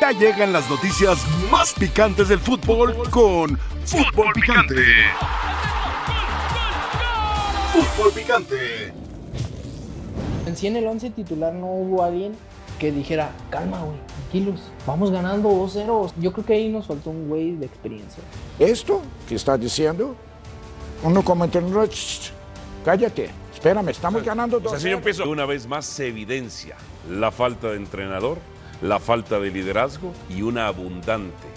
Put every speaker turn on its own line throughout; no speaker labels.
Ya llegan las noticias más picantes del fútbol con Fútbol Picante. Fútbol Picante.
En sí en el 11 titular no hubo alguien que dijera, calma, güey, tranquilos, vamos ganando 2-0. Yo creo que ahí nos faltó un güey de experiencia.
Esto que estás diciendo, uno como entrenador, "Shh, cállate, espérame, estamos ganando
Pues, O sea,
dos.
señor Piezo, una vez más se evidencia la falta de entrenador, la falta de liderazgo y una abundante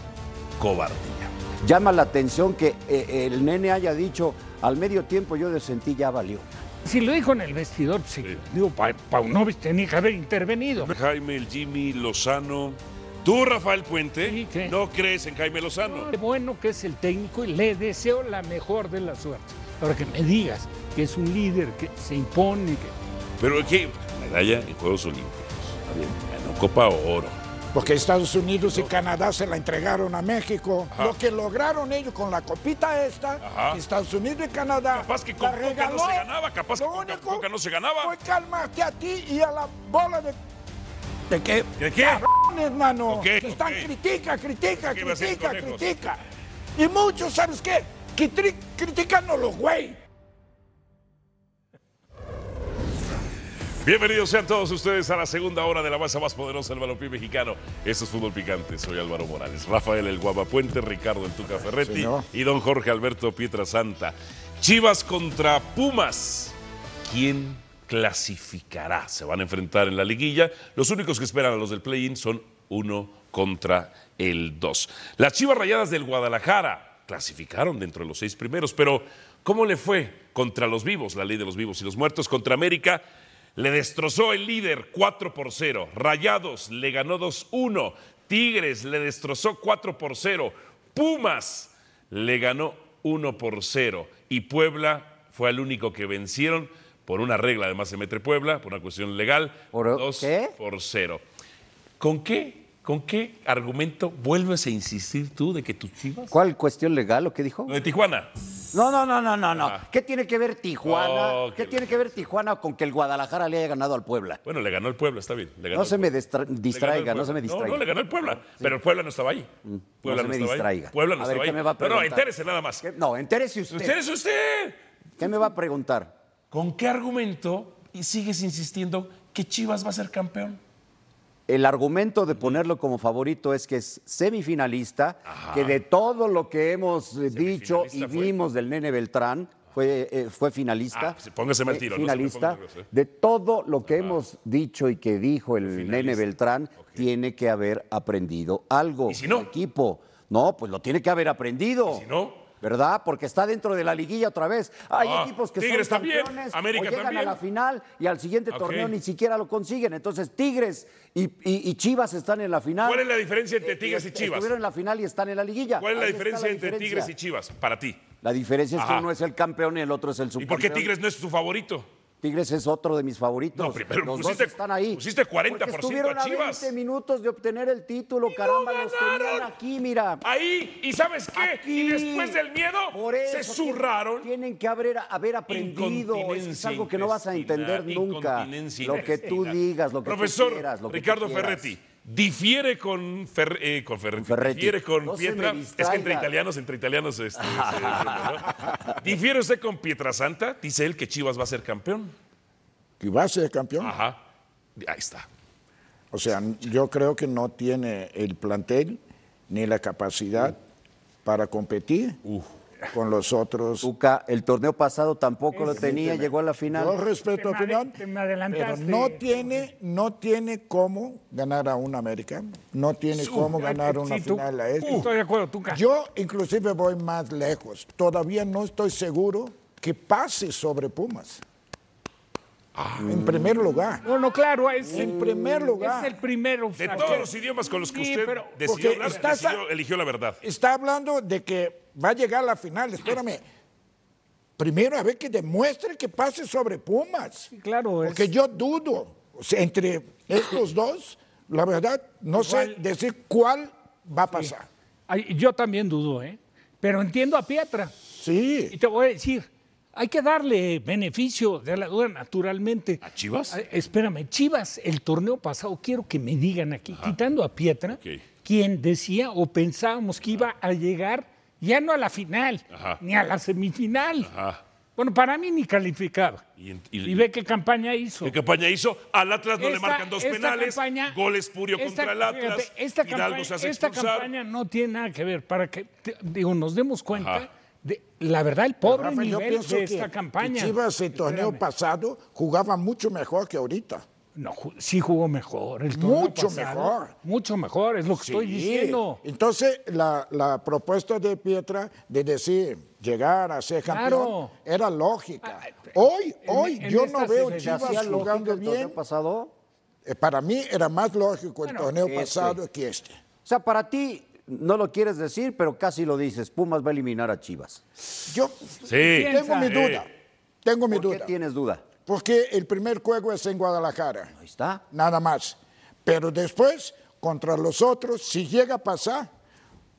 cobardía.
Llama la atención que eh, el nene haya dicho, al medio tiempo yo de sentí ya valió.
Si lo dijo en el vestidor, sí. Digo, Pa- Paunovic tenía que haber intervenido.
Jaime, el Jimmy, Lozano. Tú, Rafael Puente,
Sí, ¿qué?
no crees en Jaime Lozano.
Qué bueno que es el técnico y le deseo la mejor de la suerte. Ahora que me digas que es un líder, que se impone, que...
Pero ¿qué? Medalla en Juegos Olímpicos. Está bien, Ganó Copa Oro.
Porque Estados Unidos y Canadá se la entregaron a México.
Ajá.
Lo que lograron ellos con la copita esta,
Ajá.
Estados Unidos y Canadá.
Capaz que con
la
Coca no se
regaló.
ganaba, capaz que
Lo
con Coca-
único
Coca no se ganaba.
Fue calmarte a ti y a la bola de. ¿De qué?
¿De qué?
Cabrones, mano.
Ok,
que están
ok.
critica, critica,
¿Qué iba a hacer
critica,
conejos?
critica. Y muchos, ¿sabes qué? Que tri- critican a los güey.
Bienvenidos sean todos ustedes a la segunda hora de la masa más poderosa del balompié mexicano. Esto es Fútbol Picante. Soy Álvaro Morales, Rafael El Guapapuente, Ricardo El Tuca Ferretti
Señor.
y don Jorge Alberto Pietrasanta. Chivas contra Pumas. ¿Quién clasificará? Se van a enfrentar en la liguilla. Los únicos que esperan a los del play-in son uno contra el dos. Las Chivas Rayadas del Guadalajara clasificaron dentro de los seis primeros, pero ¿cómo le fue contra los vivos? La ley de los vivos y los muertos contra América. Le destrozó el líder 4 por 0. Rayados le ganó 2-1. Tigres le destrozó 4 por 0. Pumas le ganó 1 por 0. Y Puebla fue el único que vencieron por una regla, además se mete Puebla, por una cuestión legal,
¿Por
2
qué?
por 0. ¿Con qué? ¿Con qué argumento vuelves a insistir tú de que tus chivas?
¿Cuál cuestión legal o qué dijo?
Lo de Tijuana.
No, no, no, no, no, no. ¿Qué tiene que ver Tijuana?
Ah. Oh,
¿Qué
que
tiene
la-
que ver Tijuana con que el Guadalajara le haya ganado al Puebla?
Bueno, le ganó el Puebla, está bien. le ganó
No
el
se
Puebla.
me distra-
Le ganó el
distraiga, no
Puebla.
se me distraiga. Mm,
No, le ganó el Puebla, pero el Puebla no estaba ahí. Puebla
se
no,
me
estaba
distraiga.
ahí. Puebla no
A ver,
estaba
¿qué
ahí.
me va a
No, no,
preguntar?
entérese nada más.
¿Qué? No, entérese usted.
Usted es usted.
¿Qué me va a preguntar?
¿Con qué argumento y sigues insistiendo que Chivas va a ser campeón?
El argumento de ponerlo como favorito es que es semifinalista, que de todo lo que hemos eh, dicho y
Semifinalista fue.
vimos del Nene Beltrán, fue, eh, fue finalista.
Ah, sí, póngase mal
eh,
tiro, no se me
Finalista.
ponga nervioso, eh.
De todo lo que hemos dicho y que dijo el Nene Beltrán, tiene que haber aprendido algo.
¿Y si no?
el equipo. No, pues lo tiene que haber aprendido.
si no?
¿Verdad? Porque está dentro de la liguilla otra vez. Hay
Ah,
equipos que
Tigres
son
también,
campeones
América
o llegan
también.
a la final y al siguiente
Ok.
torneo ni siquiera lo consiguen. Entonces Tigres y, y- y Chivas están en la final.
¿Cuál es la diferencia entre
Eh,
Tigres y
est-
Chivas?
Estuvieron en la final y están en la liguilla.
¿Cuál es la
Ahí está
diferencia entre Tigres y
diferencia.
Chivas para ti?
La diferencia es que
Ajá.
uno es el campeón y el otro es el
¿Y
subcampeón.
por qué Tigres no es tu favorito?
Tigres es otro de mis favoritos.
No, pero
Los
pusiste-
dos están ahí.
pusiste 40%
Porque estuvieron
a Chivas.
20 minutos de obtener el título,
no
caramba, los tenían
ganaron. Ah,
aquí, mira.
Ahí, ¿y sabes qué?
Aquí.
Y después del miedo,
Por eso,
se zurraron.
Tienen que haber, haber aprendido. Es, que es algo que no vas a entender nunca.
Incontinencia
Lo que tú
intestinal.
digas, lo que
Profesor
tú quieras. Lo que tú
Ricardo
quieras.
Ferretti. Difiere con, Fer- eh, con Ferretti,
Ferretti.
Difiere con
No se me
Pietra. Es que entre
distraiga.
italianos, entre italianos. Este, se defiende, ¿no? ¿Difiere usted con Pietra Santa? Dice él que Chivas va a ser campeón.
Que va a ser campeón.
Ajá. Ahí está.
O sea, n- yo creo que no tiene el plantel ni la capacidad para competir con los otros.
Tuca, el torneo pasado tampoco lo tenía, llegó a la
Yo
final.
respeto tu
Te me ade-
opinión,
te me
pero
adelantaste.
no tiene, no tiene cómo ganar a un americano, no tiene cómo ganar una
Sí, tú-
final a este.
Estoy de acuerdo, Tuca.
Yo inclusive voy más lejos. Todavía no estoy seguro que pase sobre Pumas. En primer lugar.
Ah. No, no, claro, es,
En primer lugar.
Mm, es el primero.
De todos los idiomas con los que
Sí,
usted
pero-
Porque
decidió, hablar,
estás a-
decidió- eligió la verdad.
Está hablando de que va a llegar a la final. Espérame. Primero a ver que demuestre que pase sobre Pumas.
Claro, es-
Porque yo dudo. O sea, entre estos dos, la verdad, no sé
Igual.
decir cuál va a pasar.
Ay, yo también dudo, ¿eh? Pero entiendo a Pietra.
Sí.
Y te voy a decir, Hay que darle beneficio de la duda, naturalmente.
¿A Chivas?
Ah, Espérame, Chivas, el torneo pasado, quiero que me digan aquí, quitando a Pietra,
Ok.
quien decía o pensábamos que iba a llegar ya no a la final,
Ajá.
ni a la semifinal.
Ajá.
Bueno, para mí ni calificaba.
Y
Y,
en- y-
ve qué campaña hizo.
¿Qué campaña hizo? Al Atlas no le
Esta-
marcan dos
esta
penales,
campaña-
goles Purio
esta-
contra el Atlas,
fíjate, esta
Hidalgo
campaña,
se hace
esta
expulsar.
campaña no tiene nada que ver, para que te- digo, nos demos cuenta
Ajá.
de la verdad, el pobre
Rafa, yo
nivel
pienso
de
que-
esta campaña.
que Chivas el torneo
Espérame.
pasado jugaba mucho mejor que ahorita.
No, ju- sí jugó mejor. El torneo
Mucho
pasado.
mejor.
Mucho mejor, es lo que estoy
Sí.
diciendo.
Entonces, la, la propuesta de Pietra de decir llegar a ser campeón
Claro.
era lógica.
Ah,
hoy,
en-
hoy
en
yo
esta
no veo
se les
Chivas
¿Hacía lógica
jugando
el torneo
bien.
pasado?
Eh, Para mí era más lógico el torneo
este.
pasado que este.
O sea, para ti no lo quieres decir, pero casi lo dices. Pumas va a eliminar a Chivas.
Yo
Sí.
tengo mi
Sí.
duda. Tengo mi
¿Por
duda.
qué tienes duda?
Porque el primer juego es en Guadalajara.
Ahí está.
nada más. Pero después, contra los otros, si llega a pasar,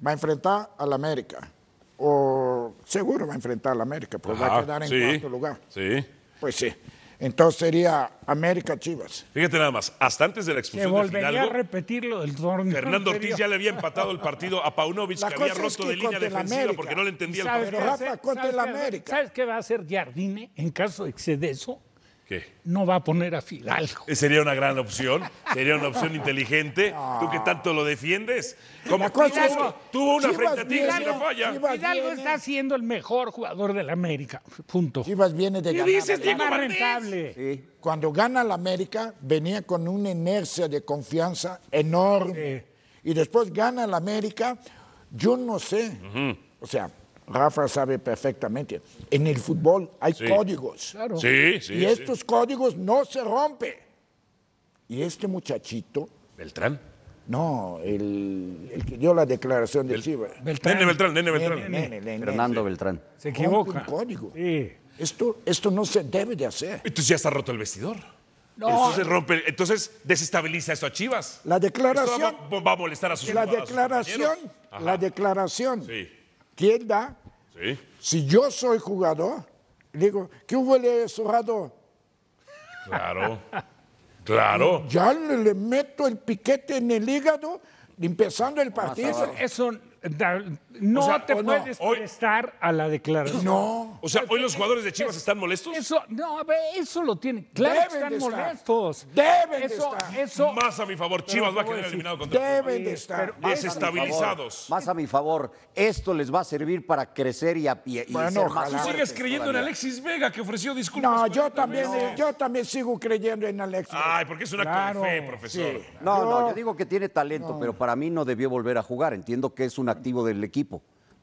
va a enfrentar al América. O seguro va a enfrentar al América, pues va a
Ajá,
quedar en
sí,
cuarto lugar.
Sí.
Pues sí. Entonces sería América Chivas.
Fíjate nada más, hasta antes de la
Se
expulsión de
volvería a
Fidalgo,
repetirlo del torneo.
Fernando Ortiz
anterior.
ya le había empatado el partido a Paunovic,
La
que había
cosa es
roto
que
de línea
contra el
defensiva
América.
porque no le entendía el
¿Sabes
partido.
Pero
qué va a
Rafa,
hacer? ¿Sabes
contra el
qué va a-
América.
¿Sabes qué va a hacer Jardine en caso de que se dé eso?
¿Qué?
No va a poner a Fidalgo.
Eh, Sería una gran opción, sería una opción inteligente. Tú que tanto lo defiendes. Como
Ah. La cosa
tuvo-
es que
tuvo una
Chivas
frente a ti
viene-
y la falla.
Chivas
Fidalgo
viene-
está siendo el mejor jugador del América. Punto.
Chivas viene de ganar.
dices,
¿verdad?
Es
Diego
más
Valdés.
rentable.
Sí.
Cuando gana la América, venía con una inercia de confianza enorme. Y después gana la América, yo no sé. O sea, Rafa sabe perfectamente. En el fútbol hay códigos.
Claro.
Sí, sí.
y
sí.
estos códigos no se rompen. Y este muchachito,
Beltrán.
no, el, el que dio la declaración de Chivas.
Beltrán.
Nene Beltrán, Nene Beltrán.
Nene, nene,
Fernando Beltrán.
Se
rompe
equivoca.
un código.
Sí.
Esto, esto no se debe de hacer.
Entonces ya está roto el vestidor.
No.
Entonces rompe, entonces desestabiliza eso a Chivas.
La declaración-
Esto Va, va a molestar a sus
La
a sus
declaración,
compañeros. Ajá.
la declaración
Sí.
que él da,
Sí.
si yo soy jugador, le digo, ¿qué huele zurrado?
Claro. Claro.
Ya le, le meto el piquete en el hígado empezando el partido.
Eso da- no
O sea,
te
o no,
puedes
hoy-
prestar a la declaración.
No,
O sea, hoy los jugadores de Chivas están molestos.
Eso, no, a ver, eso lo tienen. Claro
Deben
que
de
están
estar.
molestos.
Deben de
eso,
estar.
Eso,
Más a mi favor, Chivas
te
va a
voy a
quedar
decir,
eliminado contra
deben de estar.
pero-
desestabilizados.
Más a mi favor, esto les va a servir para crecer y, a, y- y
Bueno,
ser más
ojalá.
Tú
fuertes
sigues creyendo en
todavía.
Alexis Vega que ofreció disculpas.
No, yo
cuarenta
también, eh,
veces.
yo también sigo creyendo en Alexis.
Ay, porque es un acto
Claro.
de fe, profesor.
Sí.
No, no, yo digo que tiene talento, pero para mí no debió volver a jugar. Entiendo que es un activo del equipo.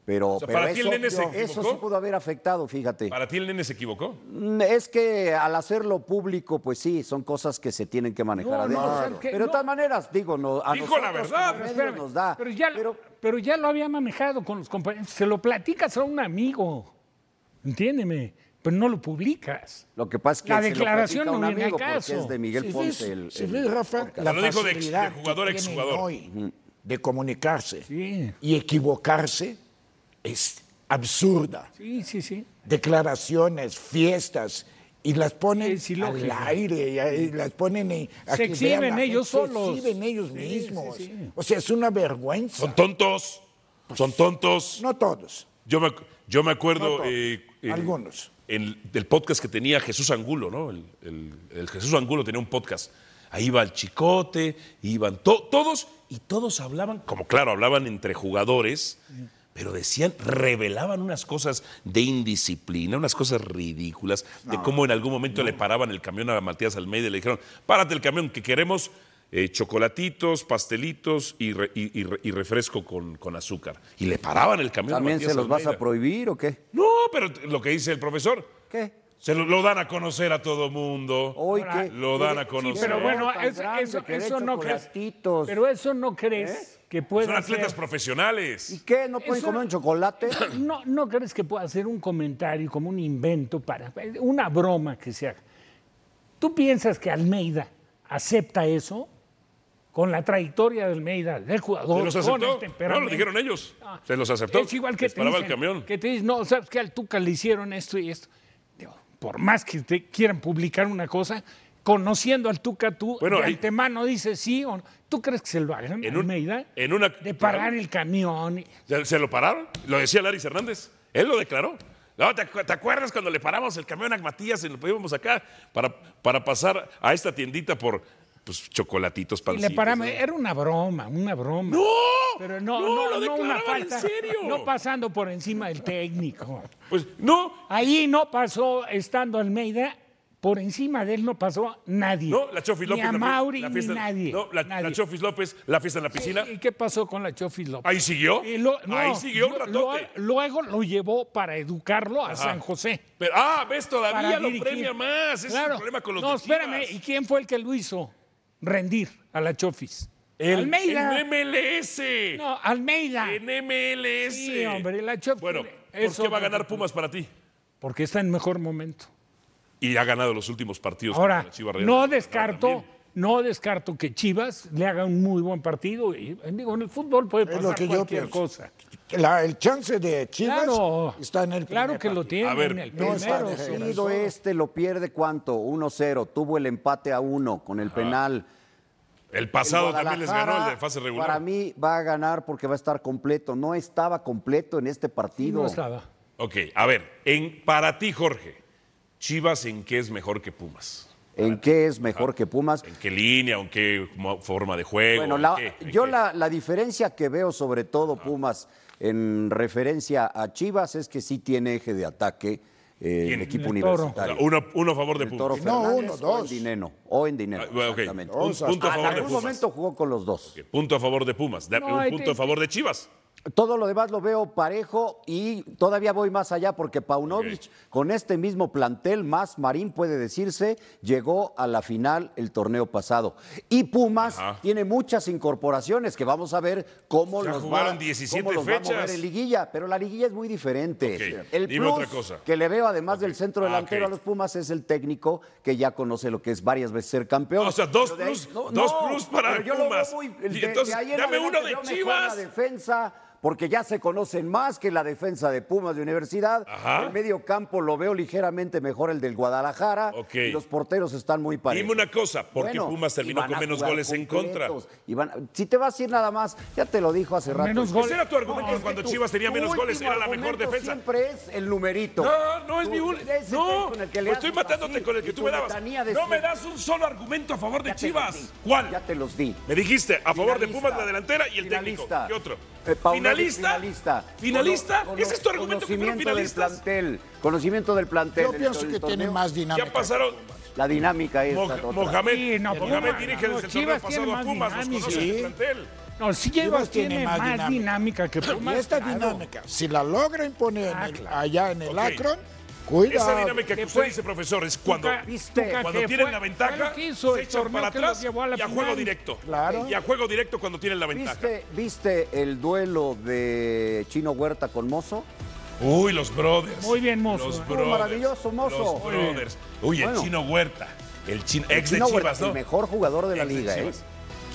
Pero,
sea,
pero
¿para ti el
eso,
nene se
yo- eso sí
equivocó?
pudo haber afectado, fíjate.
¿Para ti el nene se equivocó?
Mm, Es que al hacerlo público, pues sí, son cosas que se tienen que manejar
No,
adentro.
no, o sea, que
pero
no.
de todas maneras, digo, no, a
Dijo la
nosotros como
verdad. Pero
medios
espérame,
nos da.
Pero ya,
pero-
pero ya lo había manejado con los compañeros. Se lo platicas a un amigo. Entiéndeme. Pero no lo publicas.
Lo que pasa es que se
La
lo
declaración
platica
no
un
viene
amigo
al caso.
porque es de Miguel
Si
Ponce.
ves-
el-
si
el-
ves, Rafa,
Pero lo dijo de ex-
facilidad
de jugador
que
a
tienen
exjugador.
hoy de comunicarse
Sí.
y equivocarse es absurda.
Sí, sí, sí.
Declaraciones, fiestas, y las ponen
Sí, sí,
al
lógico.
aire, y ahí las ponen y a
Se
que
exhiben
vean la
ellos
gente, se
solos.
exhiben ellos
Sí,
mismos.
sí, sí.
O sea, es una vergüenza.
Son tontos. Son tontos.
No todos,
Yo me, yo me acuerdo.
No,
eh, eh,
algunos.
el- del podcast que tenía Jesús Angulo, ¿no? El, el- el Jesús Angulo tenía un podcast. Ahí iba el Chicote, iban to- todos, y todos hablaban, como claro, hablaban entre jugadores, pero decían, revelaban unas cosas de indisciplina, unas cosas ridículas, de cómo en algún momento le paraban el camión a Matías Almeida y le dijeron, párate el camión, que queremos eh, chocolatitos, pastelitos y, re- y- y re- y refresco con, con azúcar. Y le paraban el camión a
¿También
Matías
se los vas a
Almeida.
prohibir o qué?
No, pero lo que dice el profesor,
¿Qué?
se lo, lo dan a conocer a todo mundo.
Hoy
Ahora,
que-
lo dan a conocer.
Pero
Sí,
bueno,
tan
eso,
grande,
eso-
que de
eso no crees.
chocolatitos.
Pero eso no crees que pueda
Son atletas
ser-
profesionales.
¿eh? ¿Y qué? ¿No pueden
Eso-
comer un chocolate?
No, ¿No crees que pueda ser un comentario como un invento para una broma que se haga? ¿Tú piensas que Almeida acepta eso? Con la trayectoria de Almeida,
¿Se
del jugador,
los
con el
aceptó?
temperamento. Ah.
No, lo dijeron ellos. Se los aceptó.
Es igual que
Les
te
paraba el
dicen-
camión.
Que te dicen, no, sabes que al Tuca le hicieron esto y esto. por más que te quieran publicar una cosa, conociendo al Tuca, tú
Bueno,
de
ahí-
antemano dices sí o no. ¿Tú crees que se lo hagan
En
en
un-
Almeida?
en una-
De parar el camión. y-
¿Se, se lo pararon? Lo decía Laris Hernández. Él lo declaró. No, ¿te, acu- te acuerdas cuando le paramos el camión a Matías y lo íbamos acá para, para pasar a esta tiendita por pues, chocolatitos,
Y
pancitos?
le paramos.
¿no?
Era una broma, una broma.
¡No!
Pero no,
¡No,
no,
lo
no una
declaraban
falta.
en serio!
No pasando por encima del técnico.
Pues no,
Ahí no pasó, estando Almeida, por encima de él no pasó nadie.
no, la Chofis
Ni
López.
a
la fie-
Mauri,
la fiesta-
ni nadie.
No, la, la
nadie.
Chofis López, la fiesta en la piscina.
¿Y qué pasó con la Chofis López?
Ahí siguió.
Y lo-
ahí
no,
siguió un
lo-
ratote.
luego lo llevó para educarlo a San José.
Pero, ah, ves,
para
todavía lo
dirigir.
premia más. Ese es
Claro.
el problema con los
No,
de Chivas.
espérame, ¿y quién fue el que lo hizo rendir a la Chofis? Almeida.
En MLS.
No, Almeida.
En MLS.
Sí, hombre, la Chofis.
Bueno, ¿por
es
qué va a
otro-
ganar Pumas para ti?
Porque está en mejor momento.
Y ha ganado los últimos partidos.
Ahora,
contra la Chivas Real.
no descarto,
También.
no descarto que Chivas le haga un muy buen partido. Y, digo, en el fútbol puede
Es
pasar
lo que yo
cualquier
pienso.
cosa.
La- el chance de Chivas
Claro,
está en el
claro
primer
que lo
partido.
tiene
A ver,
en el
no está
primero.
de
sí.
regreso.
partido este lo pierde cuánto? 1-0, tuvo el empate a 1 con el penal.
El pasado
El
también les
Guadalajara,
ganó el de fase regular.
Para mí va a ganar porque va a estar completo. No estaba completo en este
Y
partido.
no estaba.
Ok, a ver, en, para ti, Jorge, Chivas en qué es mejor que Pumas.
¿En qué es mejor que Pumas?
Ah, ¿En qué línea? ¿En qué mo- forma de juego?
Bueno,
¿En
la-
qué? ¿En
yo
qué?
la, la diferencia que veo sobre todo Pumas en referencia a Chivas es que sí tiene eje de ataque eh, el
¿Quién?
equipo
El Toro.
O sea,
universitario.
uno, uno a favor de
El Toro
Pumas.
No,
Fernández
uno,
o en
dos.
Dineno. O en Dineno,
Ah, bueno, ok.
exactamente.
Un punto a
Ah, en
favor de
algún
Pumas.
momento jugó con los dos.
Punto a favor de Pumas. Da-
No,
un
hay-
punto a favor de Chivas.
Todo lo demás lo veo parejo y todavía voy más allá porque Paunovic, con este mismo plantel, más Marín puede decirse, llegó a la final el torneo pasado. Y Pumas
Ajá.
tiene muchas incorporaciones que vamos a ver cómo
Ya
los
jugaron
va,
17
cómo los va a mover
fechas.
en liguilla, pero la liguilla es muy diferente.
Ok,
El
dime
plus
otra cosa.
que le veo además del centro
Ah,
delantero
ok.
a los Pumas es el técnico que ya conoce lo que es varias veces ser campeón.
O sea, dos
Pero de ahí-
plus- dos plus para
pero yo lo veo
Pumas.
muy-
Y entonces,
ahí en
dame
adelante
uno de
veo mejor la
Chivas.
defensa, porque ya se conocen más que la defensa de Pumas de Universidad.
Ajá.
El medio campo lo veo ligeramente mejor el del Guadalajara.
Ok.
Y los porteros están muy parejos.
Dime una cosa, ¿por qué
Bueno,
Pumas terminó
y van
con
a
menos
jugar
goles en contra?
completos, y van- si te vas a ir nada más, ya te lo dijo hace rato.
Menos
Ese
goles.
Pues, era tu argumento
Es que
cuando
tu-
Chivas tenía
tu
menos goles,
último
era la mejor
argumento
defensa.
Siempre es el numerito.
No, no es
Tú-
mi único.
ese es
No,
con el que le
pues
haces
estoy matándote
así,
con el que
y
tú
tu
me dabas.
letanía de
No me
siempre.
das un solo argumento a favor de
Ya te
Chivas.
los di.
¿Cuál?
Ya te los di.
Me dijiste a favor de
Finalista.
Pumas la delantera y el técnico.
Finalista.
¿Qué otro?
Eh, Paunovic,
finalista.
Finalista.
¿Finalista?
Cono-
¿Ese es tu argumento que fueron
conocimiento del
finalistas?
plantel. Conocimiento del plantel.
Yo
del-
pienso
del
que tiene
torneo.
más dinámica.
Ya pasaron.
La dinámica es.
Mo- Mohamed,
Sí, no,
Mohamed
Pumas,
dirige desde el
no,
torneo
Chivas tiene
pasado a
más
Pumas, los
dinámica.
conoce
Sí.
el plantel.
No, sí Chivas
Chivas tiene
tiene,
más
más,
dinámica.
dinámica. que Pumas.
Y esta
claro.
dinámica, si la logra imponer en
Ah,
el-
claro.
allá en el
Ok.
Akron, cuidado.
Esa dinámica que
Que
usted
fue-
dice, profesor, es cuando,
Tuca-
viste,
Tuca
cuando
que
tienen
fue-
la
fue lo
ventaja,
que hizo
se
el
echan
torneo
para
que los
atrás
llevó a la
y a juego
final.
directo.
Claro.
Y a juego directo cuando tienen la ventaja.
¿Viste, ¿Viste el duelo de Chino Huerta con Mozo?
Uy, los brothers.
Muy bien, mozo.
Los
Estuvo
brothers.
maravilloso, mozo.
Los
Muy bien.
brothers. Uy, el
Bueno.
chino Huerta. El chino,
El
ex
Chino
de
Huerta,
Chivas, ¿no?
El mejor jugador de la
Ex de
liga. ¿eh?
Chivas.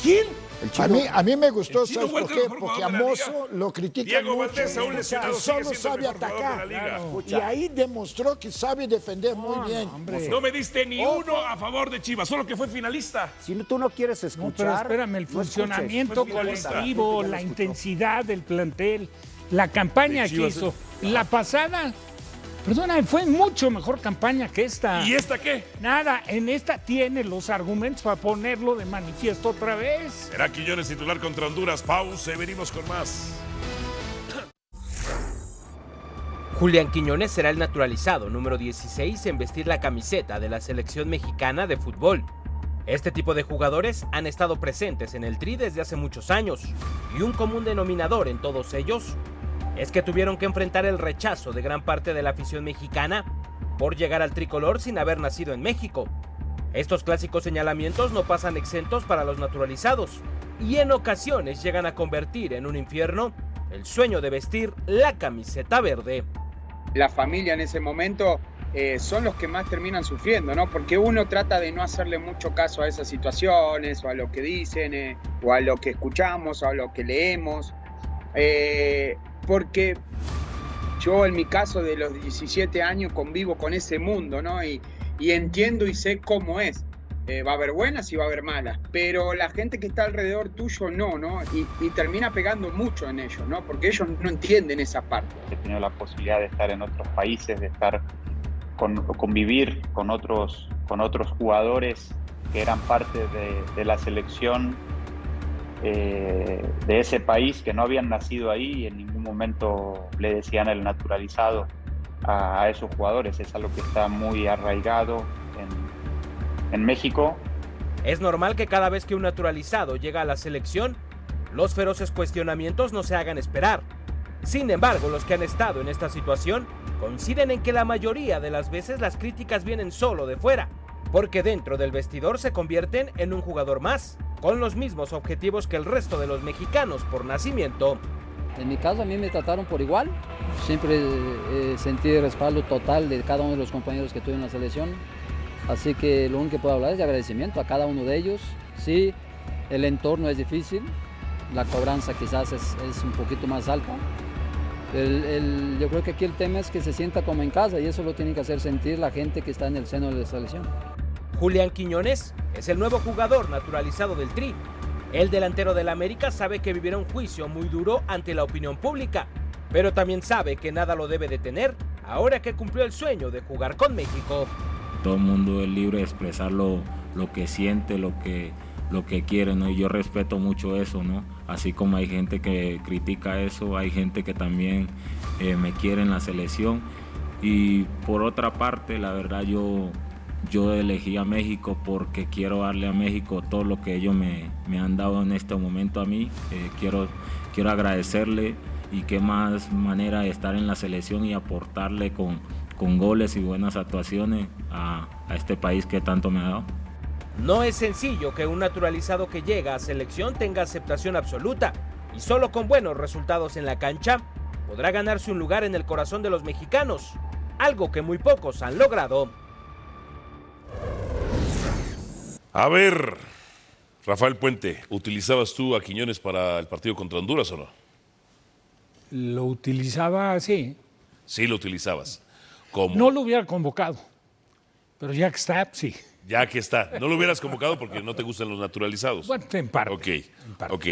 ¿Quién?
El
A
Chino-
mí, a mí me gustó,
El Chino
¿sabes por
Huerta es el
qué?
mejor
Porque a
jugador de la
Mozo
liga.
lo critican
Diego
mucho.
Valdés, aún
y
lesionado, sigue
solo
siendo el
sabe
mejor jugador
atacar.
de la liga.
Y ahí demostró que sabe defender muy bien. Pues
No me diste ni uno a favor de Chivas, solo que fue finalista.
Si no- tú no quieres
No,
escuchar.
pero espérame, el
no escuches.
funcionamiento
Pues mira, esta
colectivo,
gente ya lo
la
escuchó.
intensidad del plantel, la campaña
De
que
Chivas,
hizo,
¿eh?
la pasada, perdona, fue mucho mejor campaña que esta.
¿Y esta qué?
Nada, en esta tiene los argumentos para ponerlo de manifiesto otra vez.
Será Quiñones titular contra Honduras. Pause, venimos con más.
Julián Quiñones será el naturalizado número 16 en vestir la camiseta de la selección mexicana de fútbol. Este tipo de jugadores han estado presentes en el Tri desde hace muchos años y un común denominador en todos ellos es que tuvieron que enfrentar el rechazo de gran parte de la afición mexicana por llegar al tricolor sin haber nacido en México. Estos clásicos señalamientos no pasan exentos para los naturalizados y en ocasiones llegan a convertir en un infierno el sueño de vestir la camiseta verde.
la familia en ese momento eh, son los que más terminan sufriendo, ¿no? Porque uno trata de no hacerle mucho caso a esas situaciones o a lo que dicen eh, o a lo que escuchamos o a lo que leemos, eh, porque yo en mi caso de los 17 años convivo con ese mundo, ¿no? Y, y entiendo y sé cómo es. Eh, va a haber buenas y va a haber malas, pero la gente que está alrededor tuyo no, ¿no? Y, y termina pegando mucho en ellos, ¿no? Porque ellos no entienden esa parte.
He tenido la posibilidad de estar en otros países, de estar con, convivir con otros, con otros jugadores que eran parte de, de la selección eh, de ese país, que no habían nacido ahí y en ningún momento le decían el naturalizado a, a esos jugadores. Es algo que está muy arraigado en, en México.
Es normal que cada vez que un naturalizado llega a la selección, los feroces cuestionamientos no se hagan esperar. Sin embargo, los que han estado en esta situación coinciden en que la mayoría de las veces las críticas vienen solo de fuera, porque dentro del vestidor se convierten en un jugador más, con los mismos objetivos que el resto de los mexicanos por nacimiento.
En mi caso a mí me trataron por igual, siempre eh, sentí el respaldo total de cada uno de los compañeros que tuve en la selección, así que lo único que puedo hablar es de agradecimiento a cada uno de ellos. Sí, el entorno es difícil, la cobranza quizás es, es un poquito más alta, el, el, yo creo que aquí el tema es que se sienta como en casa y eso lo tiene que hacer sentir la gente que está en el seno de la selección.
Julián Quiñones es el nuevo jugador naturalizado del Tri. El delantero del América sabe que vivirá un juicio muy duro ante la opinión pública, pero también sabe que nada lo debe detener ahora que cumplió el sueño de jugar con México.
Todo el mundo es libre de expresar lo, lo que siente, lo que, lo que quieren, ¿no? Y yo respeto mucho eso, ¿no? Así como hay gente que critica eso, hay gente que también eh, me quiere en la selección. Y por otra parte, la verdad yo, yo elegí a México porque quiero darle a México todo lo que ellos me, me han dado en este momento a mí. Eh, quiero, quiero agradecerle y qué más manera de estar en la selección y aportarle con, con goles y buenas actuaciones a, a este país que tanto me ha dado.
No es sencillo que un naturalizado que llega a selección tenga aceptación absoluta y solo con buenos resultados en la cancha podrá ganarse un lugar en el corazón de los mexicanos, algo que muy pocos han logrado.
A ver, Rafael Puente, ¿utilizabas tú a Quiñones para el partido contra Honduras o no?
Lo utilizaba así.
Sí, lo utilizabas. ¿Cómo?
No lo hubiera convocado, pero ya que está, sí.
Ya que está. No lo hubieras convocado porque no te gustan los naturalizados.
Bueno, en parte.
Ok.
en parte.
Ok.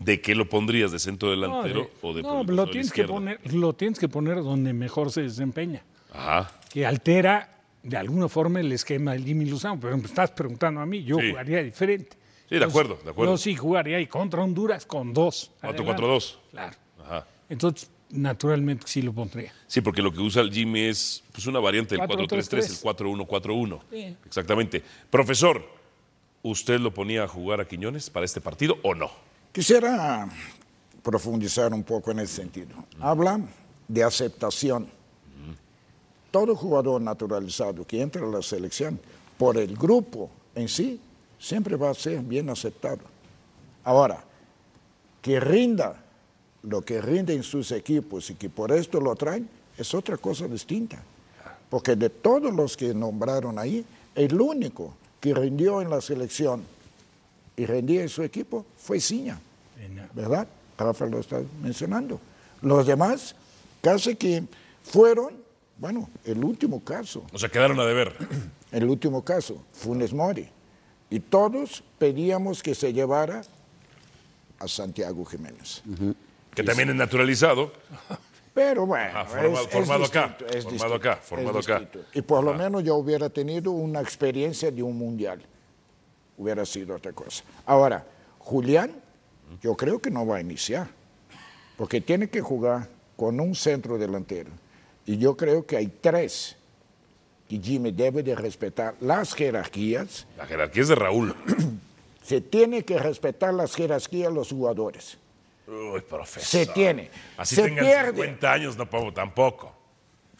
¿De qué lo pondrías? ¿De centro delantero
No,
o de
no,
por el
lo
costado
tienes, que
izquierdo?
poner, lo tienes que poner donde mejor se desempeña,
Ajá.
que altera de alguna forma el esquema del Jimmy Luzano. Pero me estás preguntando a mí, yo
Sí.
jugaría diferente.
Sí, de
Yo
acuerdo, de acuerdo.
Yo sí jugaría ahí contra Honduras con dos. adelante.
4-4-2.
Claro.
Ajá.
Entonces, naturalmente sí lo pondría.
Sí, porque lo que usa el Jimmy es pues, una variante del 4-3-3, el
4-3-3.
4-1-4-1.
Sí.
Exactamente. Profesor, ¿usted lo ponía a jugar a Quiñones para este partido o no?
Quisiera profundizar un poco en ese sentido. Habla de aceptación. Todo jugador naturalizado que entra a la selección, por el grupo en sí, siempre va a ser bien aceptado. Ahora, que rinda lo que rinden sus equipos y que por esto lo traen, es otra cosa distinta. Porque de todos los que nombraron ahí, el único que rindió en la selección y rendía en su equipo fue Ciña. ¿verdad? Rafa lo está mencionando. Los demás casi que fueron, bueno, el último caso,
O sea, quedaron a deber.
el último caso, Funes Mori. Y todos pedíamos que se llevara a Santiago Jiménez.
Que también es naturalizado.
Pero bueno,
Ah, forma- formado acá,
distinto, es
formado
distinto,
acá,
es
formado acá.
distinto. Y por
Ah.
lo menos yo hubiera tenido una experiencia de un mundial. Hubiera sido otra cosa. Ahora, Julián, yo creo que no va a iniciar, porque tiene que jugar con un centro delantero. Y yo creo que hay tres que Jimmy debe de respetar las jerarquías.
La jerarquía es de Raúl.
Se tiene que respetar las jerarquías de los jugadores.
Uy, profesor.
Se tiene.
Así
se
tengan
pierde.
50 años, no puedo tampoco.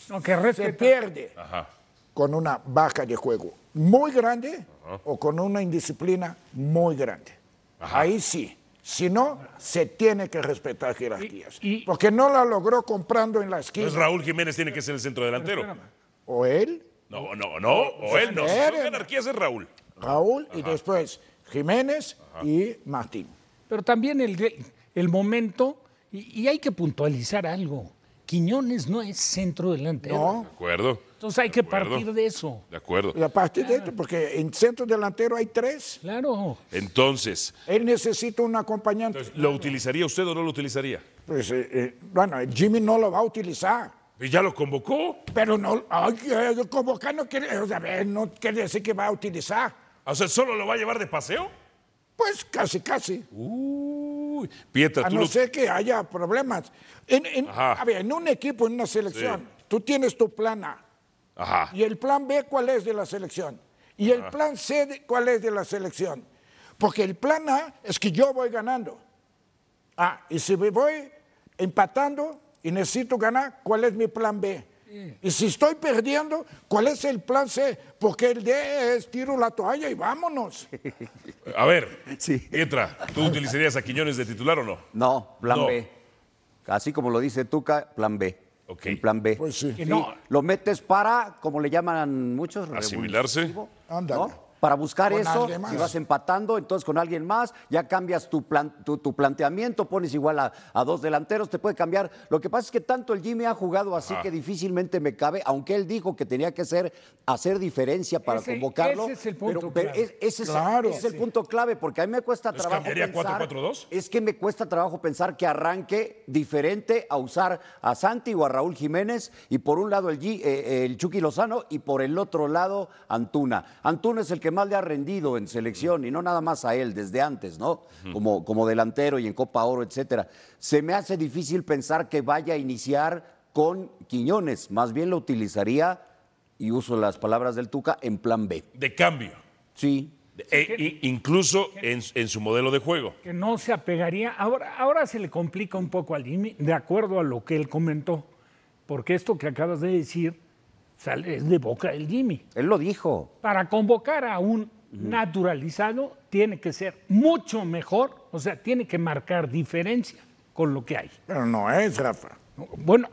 No, que
Se
respete.
pierde.
Ajá.
con una baja de juego muy grande o con una indisciplina muy grande. Ahí sí. Si no, se tiene que respetar jerarquías.
Y- y-
porque no la logró comprando en la esquina.
Entonces Pues Raúl Jiménez tiene que ser el centro delantero.
O él,
No, no, no. O él no. Si son
Espérame.
jerarquías es Raúl.
Raúl y después Jiménez y Martín.
Pero también el, de- el momento, y, y hay que puntualizar algo. Quiñones no es centro delantero.
¿De acuerdo?
Entonces hay que
acuerdo.
partir de eso.
De acuerdo.
Y a partir de esto, porque en centro delantero hay tres.
Claro.
Entonces,
Él necesita un acompañante.
¿lo utilizaría usted o no lo utilizaría?
Pues, eh, eh, bueno, Jimmy no lo va a utilizar.
Y ya lo convocó.
Pero no, ay, eh, convocar no quiere, o sea, eh, no quiere decir que va a utilizar.
O sea, ¿solo lo va a llevar de paseo?
Pues casi, casi.
Uy. Pietra,
A
tú
no
lo-
ser que haya problemas. En, en-
Ajá.
a ver, en un equipo, en una selección,
Sí.
tú tienes tu plan A.
Ajá.
¿Y el plan B cuál es de la selección? ¿Y el plan C de- cuál es de la selección? Porque el plan A es que yo voy ganando. Ah, y si me voy empatando y necesito ganar, ¿cuál es mi plan B? Y si estoy perdiendo, ¿cuál es el plan C? Porque el D es tiro la toalla y vámonos.
A ver,
Sí.
Pietra, ¿tú utilizarías a Quiñones de titular o no?
No, plan
No.
B. Así como lo dice Tuca, plan B.
Ok.
El plan B.
Pues sí.
Sí, Lo metes para, como le llaman muchos,
Asimilarse.
revulsivo,
Ándale.
¿no? Para buscar
Con
eso,
alguien más.
si vas empatando, entonces con alguien más, ya cambias tu, plan- tu, tu planteamiento, pones igual a, a dos delanteros, te puede cambiar. Lo que pasa es que tanto el Jimmy ha jugado así que difícilmente me cabe, aunque él dijo que tenía que ser, hacer diferencia para
Ese-
convocarlo.
ese es el punto
pero- pero
clave.
es- ese es-
Claro.
ese es el punto clave, porque a mí me cuesta
¿Les
trabajo
cambiaría
pensar-
4-4-2?
es que me cuesta trabajo pensar que arranque diferente a usar a Santi o a Raúl Jiménez y por un lado el, Gi- eh, el Chucky Lozano y por el otro lado Antuna. Antuna es el que más le ha rendido en selección y no nada más a él desde antes, ¿no? Como, como delantero y en Copa Oro, etcétera. Se me hace difícil pensar que vaya a iniciar con Quiñones. Más bien lo utilizaría, y uso las palabras del Tuca, en plan B.
De cambio.
Sí,
E- i- incluso en, en su modelo de juego.
que no se apegaría. Ahora, ahora se le complica un poco al Jimmy, de acuerdo a lo que él comentó, porque esto que acabas de decir sale es de boca del Jimmy.
él lo dijo.
Para convocar a un naturalizado tiene que ser mucho mejor, o sea, tiene que marcar diferencia con lo que hay.
Pero no es, Rafa.
Bueno,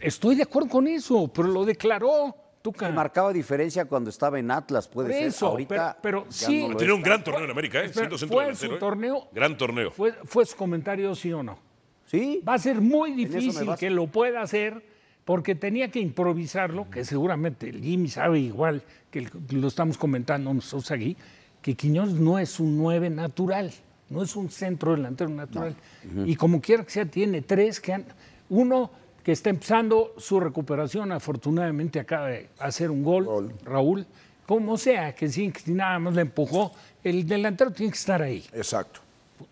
estoy de acuerdo con eso, pero lo declaró Tuca.
Que marcaba diferencia cuando estaba en Atlas, puede
Por
ser.
eso,
Ahorita
pero- pero
ya
sí.
no lo
Tiene
es.
un gran torneo en América, ¿eh?
Espera,
Siendo centro
¿fue
delantero,
su
¿eh?
torneo?
Gran torneo.
¿Fue, ¿Fue su comentario sí o no?
Sí,
Va a ser muy
eso me
difícil
baso.
que lo pueda hacer porque tenía que improvisarlo, que seguramente el Jimmy sabe igual que el- lo estamos comentando nosotros aquí, que Quiñones no es un 9 natural, no es un centro delantero natural. Y como quiera que sea, tiene tres que han... Uno que está empezando su recuperación, afortunadamente acaba de hacer un gol, Raúl. Como sea, que sí, que nada más le empujó, el delantero tiene que estar ahí
Exacto.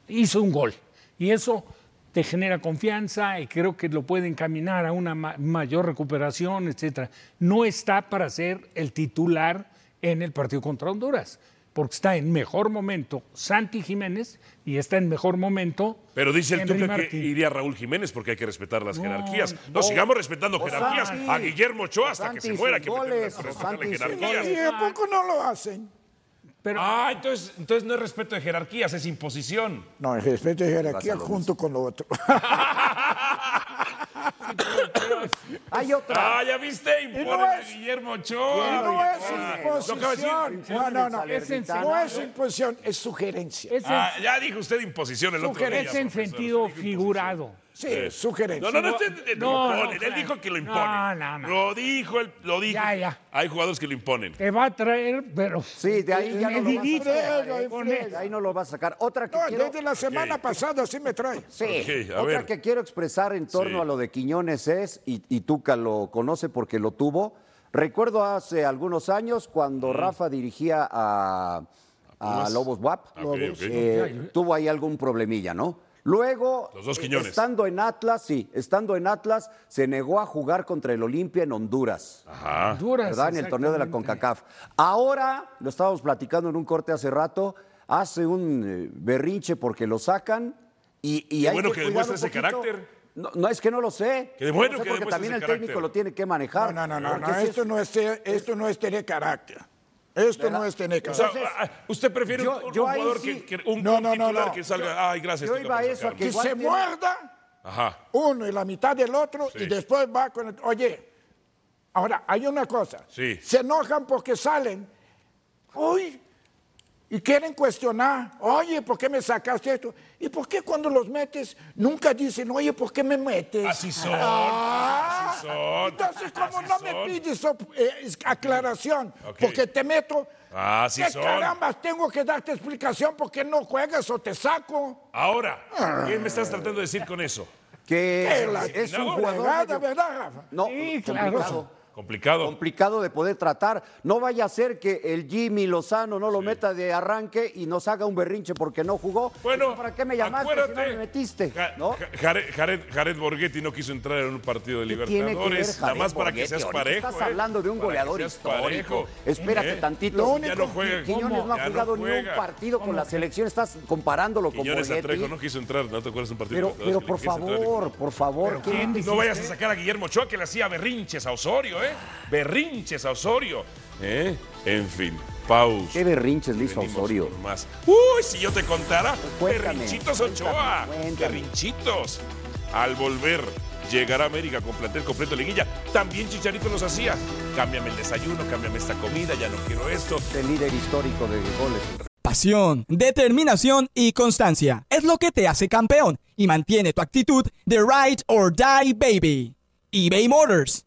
hizo un gol. Y eso te genera confianza y creo que lo puede encaminar a una ma- mayor recuperación, etcétera. No está para ser el titular en el partido contra Honduras, porque está en mejor momento Santi Jiménez y está en mejor momento.
Pero dice el
Henry
Tuca que
Martín.
iría Raúl Jiménez porque hay que respetar las jerarquías. No, sigamos respetando
O
jerarquías.
Santi.
a Guillermo Ochoa hasta
Santi
que se
sus
muera, que me tenga
goles,
que
o
respetar las
Santi sus
jerarquías.
¿Y a poco no lo hacen?
Pero
Ah, entonces, entonces no es respeto de jerarquías, es imposición.
No, el respeto de jerarquía junto con lo otro.
hay otra.
Ah, ya viste, imponen
no
a
es-
Guillermo
Y
Ochoa.
no es
Ah, lo acaba de decir.
imposición. No, no, no.
Es ¿eh?
en-
No es imposición, es sugerencia.
es en,
Ah, ya dijo usted imposición el otro día.
es en
profesor,
sentido
usted dijo imposición.
figurado.
Sí, es sugerencia.
Eh, No, no, no, usted lo
No, no,
imponen. Él
claro.
dijo que lo
No,
imponen.
no, no.
Lo dijo, él, lo dijo.
Ya, ya.
Hay jugadores que lo imponen.
Te va a traer, pero
Sí, de ahí ya no lo vas a
medidito.
sacar.
Friega,
¿eh?
friega.
De ahí no lo vas a sacar. Otra que
No,
quiero...
desde la semana pasada sí me trae.
Sí.
Ok, a
Otra
ver. pues,
que quiero expresar en torno
Sí.
a lo de Quiñones es, y, y Tuca lo conoce porque lo tuvo. Recuerdo hace algunos años cuando Rafa dirigía a, a
Mm. Pumas.
Lobos WAP.
Ah, ok, ok.
Eh, tuvo ahí algún problemilla, ¿no? Luego,
Los dos
eh,
Quiñones.
estando en Atlas, sí, estando en Atlas, se negó a jugar contra el Olimpia en Honduras.
Ajá.
Honduras,
¿verdad? En el torneo de la
exactamente.
CONCACAF. Ahora, lo estábamos platicando en un corte hace rato, hace un eh, berrinche porque lo sacan y, y
Qué
hay
bueno
que
que
cuidar
demuestre
un
ese
poquito.
carácter.
No, no, es que no lo sé.
Qué bueno
No sé
que
porque
demuestre
también
ese
el técnico
carácter.
lo tiene que
No,
manejar.
no, no, no,
Porque
no,
si es-
esto no es tener- esto no es tener carácter. Esto no es tener
O sea,
carácter.
ah, ¿Usted prefiere un-
yo-
un,
yo ahí
jugador
sí-
que, que un
No, no, no,
titular
no.
que salga? Ay, gracias.
yo
Tuca,
iba a
por
eso, a
sacarme.
que
Que
igual
se
tiene-
muerda
Ajá.
uno y la mitad del otro
Sí.
y después va con el... Oye, ahora, hay una cosa.
Sí.
Se enojan porque salen. Uy, y quieren cuestionar. Oye, ¿por qué me sacaste esto? ¿Y por qué cuando los metes nunca dicen, oye, ¿por qué me metes?
Así son.
Ah,
Sota,
Entonces, como
así
no me
son.
pides op- eh, es- aclaración,
Ok.
porque te meto,
Así
¿qué
son.
caramba tengo que darte explicación porque no juegas o te saco?
Ahora, ¿qué me estás tratando de decir con eso?
Que
Que la-
es un
no,
jugador
Fregada,
medio-
¿verdad, Rafa?
no, complicado.
Complicado.
complicado de poder tratar. No vaya a ser que el Jimmy Lozano no lo meta de arranque y nos haga un berrinche porque no jugó.
Bueno,
¿para qué me llamaste si no
acuérdate,
me metiste?
Ja-
¿no?
Ja- Jared, Jared- Jared Borghetti no quiso entrar en un partido de
¿Qué tiene que ver
Libertadores, nada
Jared
más para que
Borghetti?
seas
Ahorita
parejo.
Estás
¿eh?
hablando de un
Para que
goleador
seas
histórico.
parejo.
Espérate
¿Eh?
tantito.
Lo único- Ya no juega.
Quiñones no
Ya
ha
no
jugado ni un
juega.
partido con la selección. Estás comparándolo con
Quiñones Atrejo no
Borghetti.
quiso entrar, ¿no te acuerdas un partido? de
Pero, pero
Libertadores
por
que le quiso pues, entrar
favor, por favor. ¿qué-
y- No vayas a sacar a Guillermo Ochoa que le hacía berrinches a Osorio, ¿eh? Berrinches a Osorio. ¿Eh? En fin, pausa.
¿Qué berrinches le hizo a
Venimos
Osorio?
por más. Uy, si yo te contara,
Cuéntame,
berrinchitos
cuéntame,
Ochoa,
cuéntame.
berrinchitos. Al volver, llegará a América con plantel completo de liguilla. También Chicharito los hacía. Cámbiame el desayuno, cámbiame esta comida, ya no quiero esto.
El líder histórico de goles.
Pasión, determinación y constancia es lo que te hace campeón y mantiene tu actitud de ride or die baby. eBay Motors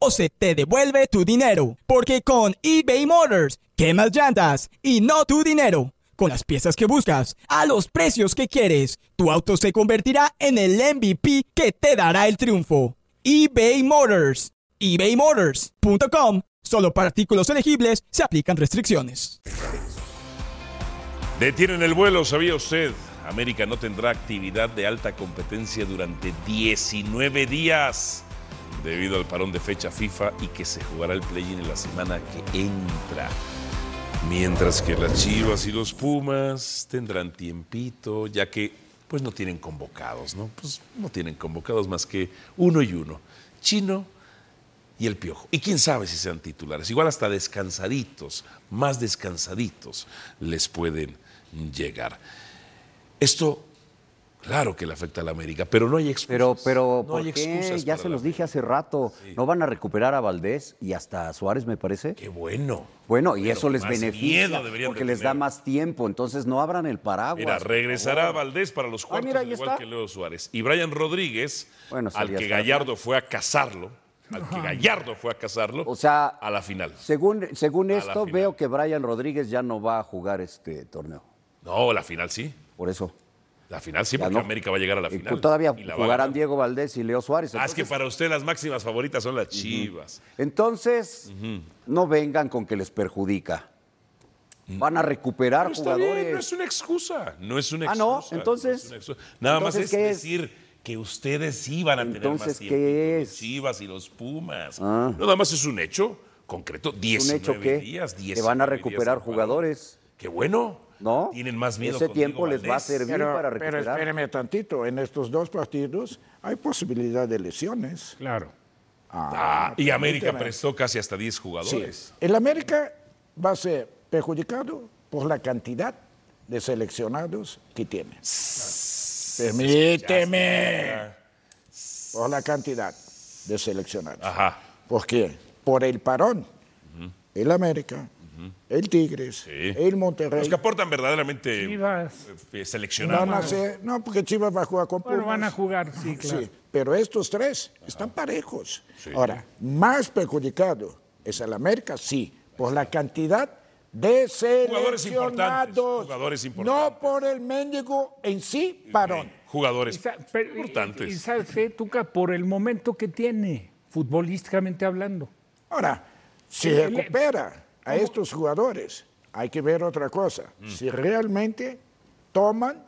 o se te devuelve tu dinero. Porque con eBay Motors, quemas llantas y no tu dinero. Con las piezas que buscas, a los precios que quieres, tu auto se convertirá en el MVP que te dará el triunfo. eBay Motors. ebaymotors.com. Solo para artículos elegibles se aplican restricciones.
Detienen el vuelo, ¿sabía usted? América no tendrá actividad de alta competencia durante 19 días debido al parón de fecha FIFA y que se jugará el play-in en la semana que entra. Mientras que las Chivas y los Pumas tendrán tiempito, ya que pues no tienen convocados, ¿no? Pues no tienen convocados más que uno y uno. Chino y el Piojo. Y quién sabe si sean titulares. Igual hasta descansaditos, más descansaditos les pueden llegar. Esto, claro que le afecta a la América, pero no hay excusas.
Pero, pero,
No
¿por
hay
qué?
excusas
Ya
para
se
la
los dije
América.
hace rato. No van a recuperar a Valdés y hasta a Suárez, me parece.
Qué bueno.
Bueno, y
Pero
eso les
más
beneficia
miedo deberían
porque
de
les da
tener.
más tiempo. Entonces no abran el paraguas.
Mira,
por
regresará
favor.
Valdés para los cuartos,
mira,
al
ahí
igual
está.
que Leo Suárez. Y Brian Rodríguez,
Bueno,
al
sería
que
estar-
Gallardo fue a cazarlo, al que Gallardo fue a cazarlo,
O sea,
a la final.
según, según
la
esto,
final.
veo que Brian Rodríguez ya no va a jugar este torneo.
No, la final sí.
Por eso.
La final sí,
Ya
porque
no.
América va a llegar a la
Eh,
final.
Todavía
Y la va a
jugarán
ganar.
Diego Valdés y Leo Suárez.
Ah, es que
Entonces,
para usted las máximas favoritas son las chivas.
entonces, no vengan con que les perjudica. Van a recuperar
Pero Mm. está
jugadores.
bien, no es una excusa. No es una
Ah,
excusa.
no, entonces-
es una excusa. Nada
entonces,
más
¿qué es?
es decir que ustedes iban a tener más
Entonces,
tiempo. Ah.
¿qué
los
es?
Chivas y los Pumas. No, nada más es un hecho concreto. 19
hecho que-
días,
que
19
van a
días
recuperar
de parón.
jugadores.
Qué bueno.
¿No?
Tienen más miedo.
Ese
con
tiempo
Diego
les va a
Valdés.
servir
Pero,
para
pero
recuperar.
espéreme tantito, en estos dos partidos hay posibilidad de lesiones.
Claro.
Ah, y América
permíteme.
prestó casi hasta 10 jugadores.
Sí. El América va a ser perjudicado por la cantidad de seleccionados que tiene. Permíteme. Por la cantidad de seleccionados.
Ajá.
¿Por qué? Por el parón. El América, el Tigres, el Monterrey.
Los que aportan verdaderamente
Chivas.
eh, eh, seleccionados.
Van a ser- no, porque Chivas va a jugar con
Bueno, van a
Pumas. Ah,
jugar, sí, claro.
Sí, pero estos tres están parejos. Ahora, más perjudicado es el América, sí, por la cantidad de
Jugadores
seleccionados.
importantes, jugadores importantes.
No por el mendigo en sí, parón.
Jugadores
Y sa- pero- eh, y-
importantes.
Y, y sabes, qué, Tuca, por el momento que tiene, futbolísticamente hablando.
Ahora, si
El- el-
recupera a estos jugadores, hay que ver otra cosa. Si realmente toman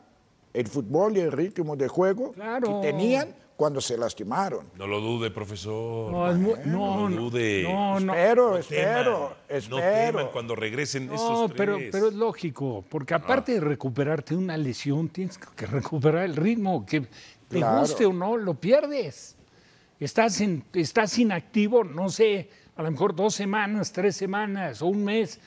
el fútbol y el ritmo de juego
Claro.
que tenían cuando se lastimaron.
No lo dude, profesor.
No, es mu-
no lo
no, no,
dude.
no, no.
Espero,
teman,
Pues espero,
No
espero.
teman cuando regresen
No,
esos tres. Ah.
pero, pero es lógico, porque aparte de recuperarte una lesión, tienes que recuperar el ritmo, que te
Claro.
guste o no, lo pierdes. Estás, en- estás inactivo, no sé, a lo mejor dos semanas, tres semanas o un mes,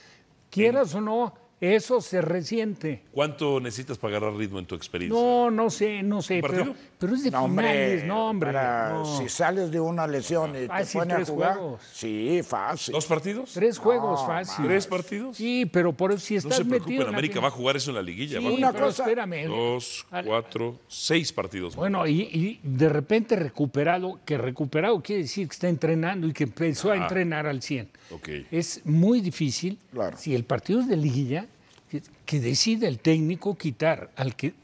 quieras o no, eso se resiente.
¿Cuánto necesitas para agarrar ritmo en tu experiencia?
No, no sé, no sé, pero,
partido?
pero es de
No, hombre,
finales, no, hombre.
Eh, para-
no.
Si sales de una lesión y te
Fácil,
pones a
tres
jugar.
juegos.
Sí, fácil.
¿Dos partidos?
Tres juegos
No,
fácil.
¿Tres partidos?
Sí, pero por eso si
No
estás
se
metido
preocupen,
en la
América
final-
va a jugar eso en la liguilla.
Sí,
va a
pero
jugar
espérame. ¿eh?
Dos, cuatro, seis partidos.
Bueno, y, y de repente recuperado, que recuperado quiere decir que está entrenando y que empezó
Ajá.
a entrenar al 100.
Ok.
Es muy difícil si el partido es de liguilla, que, que decide el técnico quitar al que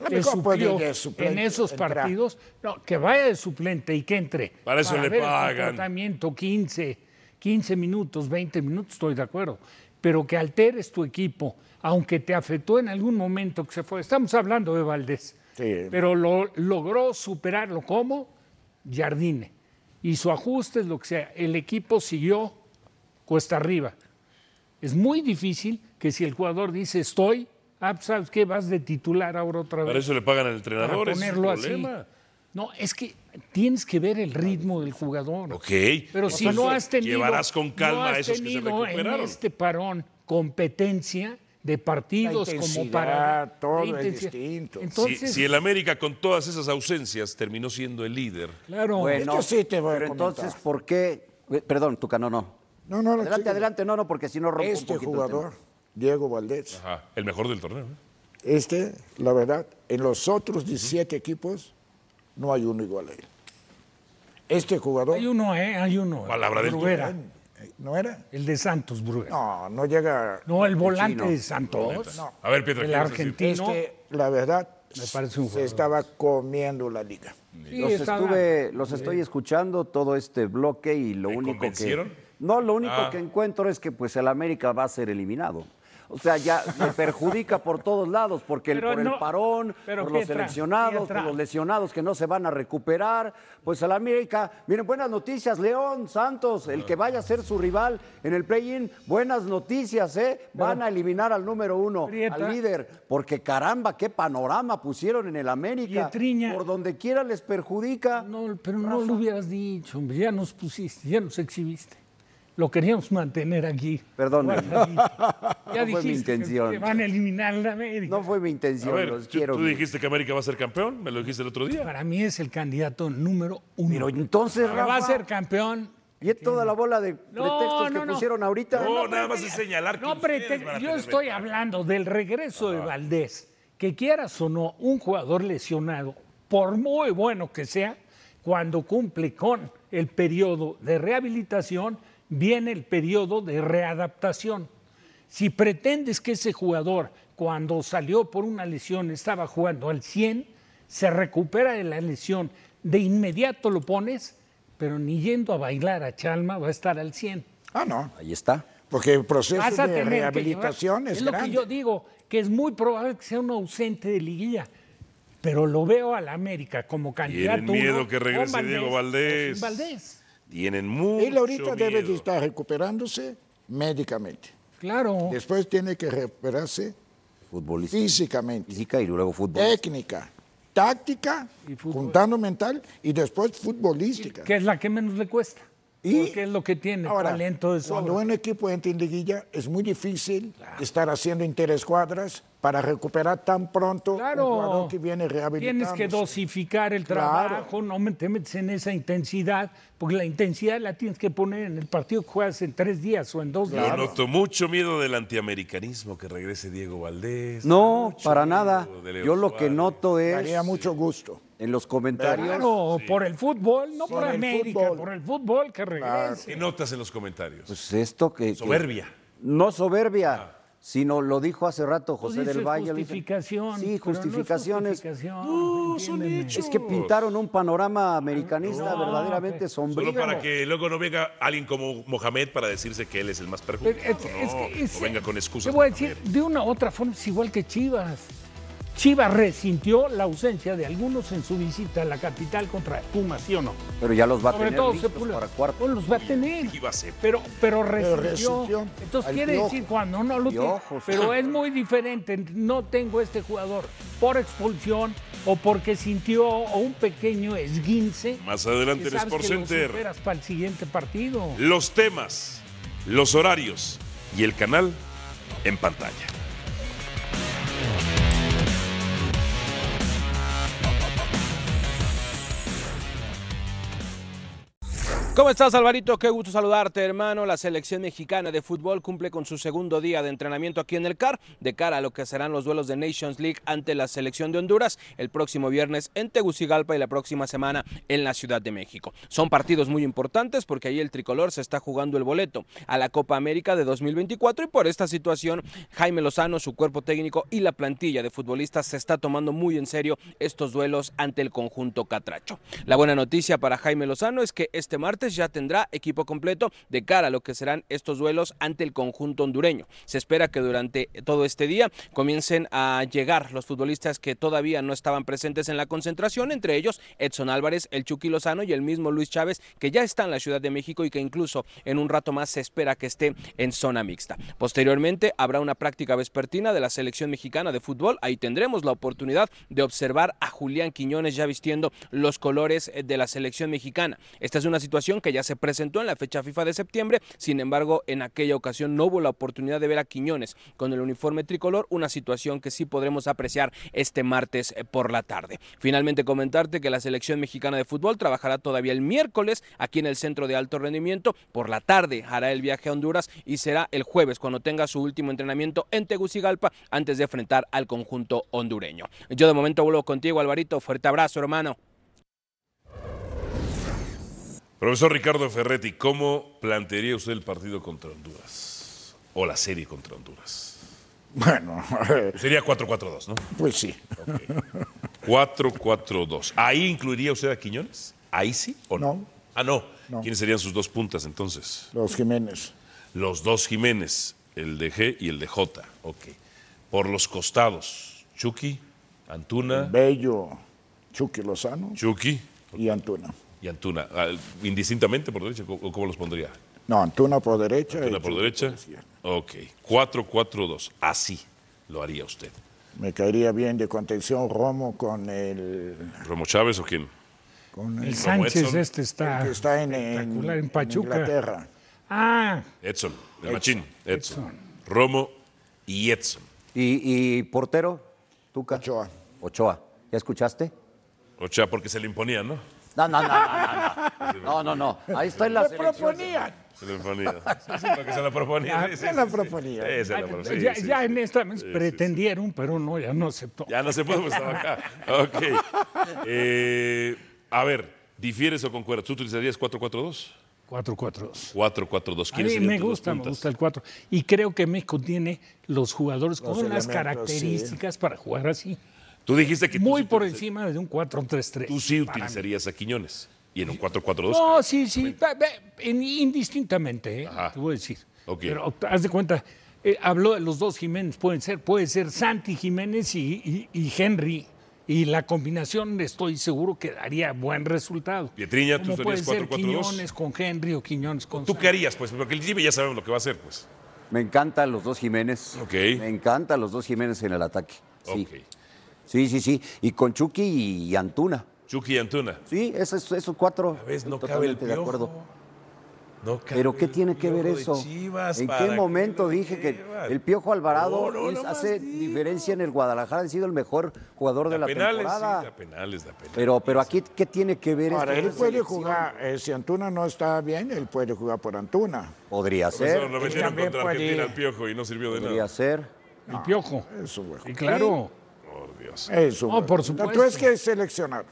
Lo
le
mejor puede ir
suplió
de
en
suplente,
esos
entrar.
partidos, no, que vaya de suplente y que entre.
Para eso le
ver el
pagan.
comportamiento 15, 15 minutos, 20 minutos, estoy de acuerdo. Pero que alteres tu equipo, aunque te afectó en algún momento que se fue. Estamos hablando de Valdés.
Sí.
Pero lo, logró superarlo como Jardine. Y su ajuste es lo que sea. El equipo siguió cuesta arriba. Es muy difícil que si el jugador dice estoy, ah, pues, ¿sabes qué? Vas de titular ahora otra vez.
Para eso le pagan al entrenador.
Para
ese es el
ponerlo así.
problema.
No, es que tienes que ver el ritmo del jugador.
Ok.
Pero si no has tenido.
Llevarás con calma
no has
a esos que se
tenido
recuperaron.
En este parón, competencia de partidos
La
como
intensidad,
para.
todo
la
es
intensidad.
distinto.
Si,
Entonces,
si el América con todas esas ausencias terminó siendo el líder.
claro.
Bueno,
Esto sí te voy a
pero
comentar.
entonces, ¿por qué? Eh, Perdón, Tucano, no.
No, no, no,
Adelante,
sí.
adelante, no, no, porque si no rompo
Este
un poquito el
jugador, Diego Valdés,
Ajá, el mejor del torneo. ¿eh?
este, la verdad, en los otros 17 equipos no hay uno igual a él. Este jugador,
Hay uno, ¿eh? Hay uno.
Palabra del
Bruera.
¿no era?
El de Santos, Bruera. No,
No, no llega.
el volante
chino.
de Santos.
A ver, Pietra,
El
¿qué vas a decir?
argentino.
Este, la verdad,
Me parece un
se
jugador.
estaba comiendo la liga.
Sí,
Los
estaba-
estuve, los estoy escuchando todo este bloque y lo
¿Te
único
convencieron?
que no, lo único
Ah.
que encuentro es que pues el América va a ser eliminado. O sea, ya le perjudica por todos lados, porque el-
Pero
por
no-
el parón,
pero
por los
Pietra,
seleccionados,
Pietra.
por los lesionados que no se van a recuperar. Pues el América, miren, buenas noticias, León, Santos, el que vaya a ser su rival en el play-in, buenas noticias, ¿eh? Van a eliminar al número uno,
Pietra.
al líder, porque caramba, qué panorama pusieron en el América.
Pietriña.
Por donde quiera les perjudica.
No, pero no lo hubieras dicho, hombre, ya nos pusiste, ya nos exhibiste. Lo queríamos mantener aquí.
Perdón,
Ya
No fue mi
dijiste que-
intención.
que van a eliminar la América.
no fue mi
A
intención,
ver,
los
tú,
quiero.
tú dijiste que América va a ser campeón, me lo dijiste el otro día.
Para mí es el candidato número uno.
Pero entonces,
Que va a
Rafa,
ser campeón.
y es toda la bola de pretextos que
no, no.
pusieron ahorita.
No,
No,
nada más
pretextos.
es señalar que
No,
ustedes
prete-
van a
yo
tener
estoy
ventaja.
hablando del regreso de Valdés. Que quieras o no, un jugador lesionado, por muy bueno que sea, cuando cumple con el periodo de rehabilitación, viene el periodo de readaptación. Si pretendes que ese jugador, cuando salió por una lesión, estaba jugando al 100, se recupera de la lesión, de inmediato lo pones, pero ni yendo a bailar a Chalma va a estar al 100
Ah, no,
Ahí está.
porque el proceso
vas a
de
tener que
rehabilitación
llevar-
es,
lo
grande.
que yo digo, que es muy probable que sea un ausente de liguilla. Pero lo veo a la América como candidato. uno,
miedo que regrese
con Valdés
Diego
o sin
Valdés.
Valdés,
Tienen mucho
Él ahorita debe de
miedo.
estar recuperándose médicamente.
claro.
Después tiene que recuperarse
Futbolista.
físicamente,
Física y luego fútbol.
técnica, táctica,
fútbol.
juntando mental y después futbolística.
Que es la que menos le cuesta.
Y-
porque es lo que tiene, talento de sobra.
cuando un equipo entra en liguilla, es muy difícil estar haciendo interescuadras para recuperar tan pronto
Claro.
un jugador que viene
Tienes
rehabilitado.
que dosificar el
Claro.
trabajo, no me- te metes en esa intensidad, porque la intensidad la tienes que poner en el partido que juegas en tres días o en dos
Yo
días.
noto mucho miedo del antiamericanismo, que regrese Diego Valdés.
No,
Este, Mucho
para
miedo
nada.
de Leo
Yo lo que
Suárez.
noto
Daría
es
mucho gusto.
en los comentarios.
Claro, por el fútbol, no por,
el
América,
fútbol.
por el fútbol que regrese.
¿Qué notas en los comentarios?
Pues esto que. que-
Soberbia. Ah.
no soberbia, sino lo dijo hace rato José
dices
del Valle. lo dice- Sí,
justificación. pero no es
justificaciones.
justificación,
son
entiéndeme.
hechos.
es que pintaron un panorama americanista
No,
verdaderamente
pues,
sombrío.
Solo para que luego no venga alguien como Mohamed para decirse que él es el más
Pero
perjudicado.
es- es
no,
que es-
no venga con excusas.
Te voy a
Mohamed.
decir, de una u otra forma es igual que Chivas. Chivas resintió la ausencia de algunos en su visita a la capital contra Pumas, ¿sí o no?
Pero ya los va a
Sobre
tener
todo
listos
Sepúlveda.
para cuarto.
No los va a tener.
Chivas se-
Pero, pero resintió.
resintió
Entonces
al
quiere
Piojo.
decir cuando no lo tiene.
Piojos.
Pero es muy diferente. No tengo este jugador por expulsión, o porque sintió o un pequeño esguince.
Más adelante
que
en
sabes
Sports
que lo
Center.
superas para el siguiente partido.
Los temas, los horarios y el canal en pantalla.
¿Cómo estás, Alvarito? Qué gusto saludarte, hermano. La selección mexicana de fútbol cumple con su segundo día de entrenamiento aquí en el CAR de cara a lo que serán los duelos de Nations League ante la selección de Honduras el próximo viernes en Tegucigalpa y la próxima semana en la Ciudad de México. Son partidos muy importantes porque ahí el tricolor se está jugando el boleto a la Copa América de 2024 y por esta situación Jaime Lozano, su cuerpo técnico y la plantilla de futbolistas se está tomando muy en serio estos duelos ante el conjunto catracho. La buena noticia para Jaime Lozano es que este martes ya tendrá equipo completo de cara a lo que serán estos duelos ante el conjunto hondureño. Se espera que durante todo este día comiencen a llegar los futbolistas que todavía no estaban presentes en la concentración, entre ellos Edson Álvarez, el Chucky Lozano y el mismo Luis Chávez, que ya está en la Ciudad de México y que incluso en un rato más se espera que esté en zona mixta. Posteriormente habrá una práctica vespertina de la selección mexicana de fútbol. Ahí tendremos la oportunidad de observar a Julián Quiñones ya vistiendo los colores eh, de la selección mexicana. Esta es una situación que ya se presentó en la fecha FIFA de septiembre. Sin embargo, en aquella ocasión no hubo la oportunidad de ver a Quiñones con el uniforme tricolor, una situación que sí podremos apreciar este martes eh, por la tarde. Finalmente comentarte que la selección mexicana de fútbol trabajará todavía el miércoles aquí en el centro de alto rendimiento. Por la tarde hará el viaje a Honduras y será el jueves cuando tenga su último entrenamiento en Tegucigalpa antes de enfrentar al conjunto hondureño. Yo de momento vuelvo contigo, Alvarito. Fuerte abrazo, hermano.
Profesor Ricardo Ferretti, ¿cómo plantearía usted el partido contra Honduras? O la serie contra Honduras.
Bueno,
Sería 4-4-2, ¿no?
pues sí.
4-4-2. ¿Ahí incluiría usted a Quiñones? ¿Ahí sí o no? Ah, no.
No.
¿Quiénes serían sus dos puntas entonces?
Los Jiménez.
Los dos Jiménez, el de G y el de J. Ok. Por los costados, Chucky, Antuna
Bello, Chucky Lozano
Chucky.
y Antuna.
y Antuna. Ah, Indistintamente por derecha, ¿cómo cómo los pondría?
No, Antuna por derecha.
Antuna
y
por
Chucky.
derecha. Ok. 4-4-2. Así lo haría usted.
Me caería bien de contención Romo con el...
¿Romo Chávez o quién?
Con
El Sánchez
Edson.
este está,
que está en, en-
espectacular en
en
Pachuca.
Inglaterra.
Ah,
Edson, el machín. Edson. Romo y Edson.
¿Y, y portero? Tuca.
Ochoa.
Ochoa. ¿Ya escuchaste?
O sea, porque se le imponía, ¿no?
No, no, no, no, no. No, no, no. Ahí está en la
Le
selección.
proponían.
Se le imponía. Sí, sí, porque se la proponía. Sí, sí,
Se la proponía.
sí, se la proponía. Sí,
ya,
sí,
ya
sí.
en esta pretendieron, pero no, ya no aceptó.
Ya no se puede, pues estaba acá. Ok. Eh, a ver, ¿difieres o concuerdas? ¿Tú utilizarías 4-4-2?
4-4-2.
4-4-2.
A
¿Quiénes
mí
serían
me
Pues, tus dos
gusta, me
puntas?
gusta el 4. Y creo que México tiene los jugadores
Los
con las
elementos,
características para jugar así.
Tú dijiste que tú
Muy
sí
por
utiliza-
encima de un 4-3-3.
Tú sí
para mí.
utilizarías a Quiñones. Y en un 4-4-2.
No, sí, sí, pa- pa- en- indistintamente, ¿eh?
Ajá.
te voy a decir.
Ok.
Pero haz de cuenta, eh, habló de los dos Jiménez, pueden ser, puede ser Santi Jiménez y, y- y Henry. Y la combinación estoy seguro que daría buen resultado.
Pietriña, ¿tú
Como puede
estarías
ser
4-4-2?
Quiñones con Henry o Quiñones con
¿Tú
Santi.
qué harías? Pues porque el Jimmy ya sabemos lo que va a hacer, pues.
Me encantan los dos Jiménez.
Ok.
Me encantan los dos Jiménez en el ataque. Sí.
Ok.
Sí, sí, sí. Y con Chucky y Antuna.
Chucky y Antuna.
Sí, esos, esos cuatro.
¿Ves? No
Estoy
cabe el
totalmente de acuerdo.
Piojo. No cabe
Pero ¿qué
el
tiene que ver
Piojo de
eso?
Chivas,
¿En
¿para
qué momento
lo
dije que
llevas?
el Piojo Alvarado
No, no,
es-
nomás
hace
digo.
diferencia en el Guadalajara? Ha sido el mejor jugador de
Da
la
penales,
temporada.
sí, da penales, da penales.
Pero, pero aquí, ¿qué tiene que ver
Ahora,
esto?
él puede jugar, eh, si Antuna no está bien, él puede jugar por Antuna.
Podría
Profesor,
ser,
lo metieron
también
contra
puede-
Argentina al piojo y no sirvió de
podría
nada.
ser.
El Piojo.
Ah, Eso, güey.
Y claro.
Por Dios.
Eso.
No,
güey.
por
Tú
supuesto.
es que es seleccionado.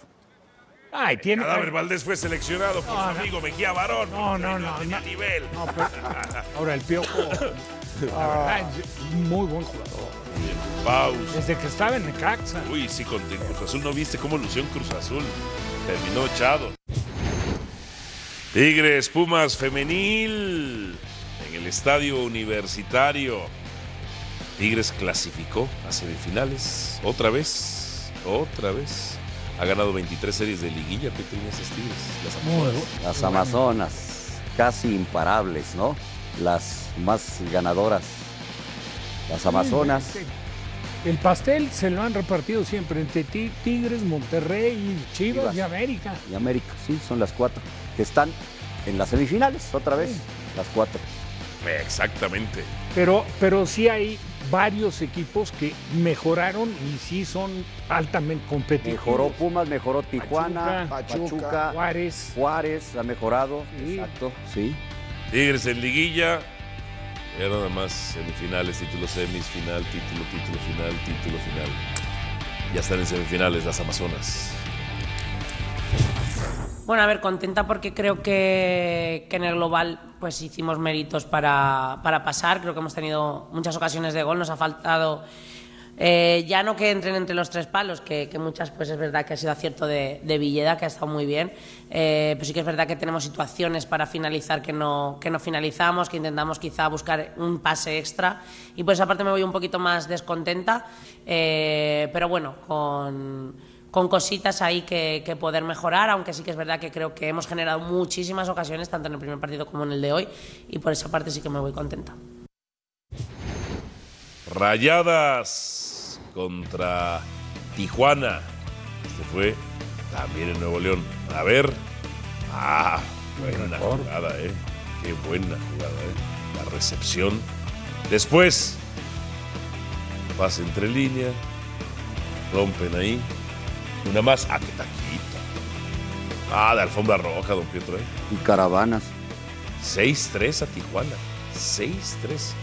Ay, tiene...
Cadáver Valdés fue seleccionado por su amigo Mejía Barón.
No, no,
Ahí
no,
tenía
no.
nivel.
Ahora, el Piojo, la verdad, muy buen jugador.
Pausa.
Desde que estaba en Necaxa.
Uy, sí, con en Cruz Azul no viste cómo lució en Cruz Azul. Terminó echado. Tigres, Pumas, femenil. En el estadio universitario. Tigres clasificó a semifinales. Otra vez. Otra vez. Ha ganado 23 series de liguilla que tiene esas Tigres. Las Amazonas.
Las Amazonas, casi imparables, ¿no? Las más ganadoras. Las Amazonas.
El pastel se lo han repartido siempre entre ti- Tigres, Monterrey, Chivas,
Chivas.
y América.
y América, sí, son las cuatro que están en las semifinales, otra vez, las cuatro.
Exactamente.
Pero, pero sí hay varios equipos que mejoraron y sí son altamente competitivos.
Mejoró Pumas, mejoró Tijuana,
Pachuca,
Pachuca,
Pachuca, Juárez.
Juárez ha mejorado,
Sí.
exacto, sí.
Tigres en liguilla. Ya nada más semifinales, título semis, final, título, título, final, título, final. Ya están en semifinales las Amazonas.
Bueno, a ver, contenta porque creo que, que en el global pues hicimos méritos para, para pasar. Creo que hemos tenido muchas ocasiones de gol. Nos ha faltado eh, ya no que entren entre los tres palos, que, que muchas pues es verdad que ha sido acierto de, de Villeda, que ha estado muy bien. Eh, pero sí que es verdad que tenemos situaciones para finalizar que no, que no finalizamos, que intentamos quizá buscar un pase extra. Y por esa parte me voy un poquito más descontenta. eh, pero bueno, con con cositas ahí que, que poder mejorar, aunque sí que es verdad que creo que hemos generado muchísimas ocasiones, tanto en el primer partido como en el de hoy, y por esa parte sí que me voy contenta.
Rayadas contra Tijuana. Este fue también en Nuevo León. A ver. Ah, buena jugada, ¿eh? Qué buena jugada, ¿eh? La recepción. Después, pase entre línea. Rompen ahí. Una más. Ah, qué taquita. Ah, de alfombra roja, don Pietro, ¿eh?
Y caravanas.
6-3 a Tijuana. 6-3.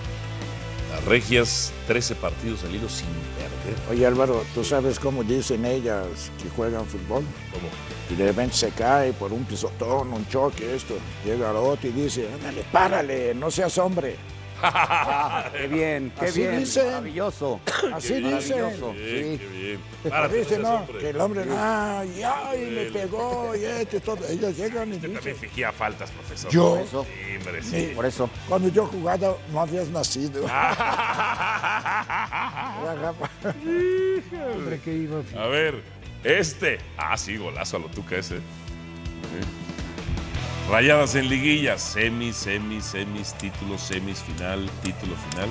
Las regias, 13 partidos al hilo sin perder.
Oye Álvaro, ¿tú sabes cómo dicen ellas que juegan fútbol?
¿Cómo?
Y de repente se cae por un pisotón, un choque, esto. Llega el otro y dice, ándale, párale, no seas hombre.
qué bien, qué
Así
bien,
dicen.
maravilloso.
Así
Qué bien,
dicen.
maravilloso,
Bien,
sí.
qué bien. Párate,
¿Viste,
no seas
no?
hombre.
Que el hombre, ay, ay, me
Bien.
pegó, y esto y todo. Ellos llegan y
Usted
dicen,
Este también fingía faltas, profesor.
¿Yo?
Sí, hombre, sí. Ah.
Sí.
Por eso.
cuando yo jugaba no habías nacido.
Ah,
Era Rafa.
Hombre, que iba a-
A ver, este. Ah, sí, golazo a lo tuca ese. Sí. Rayadas en liguillas. Semis, semis, semis, título, semis, final, título final.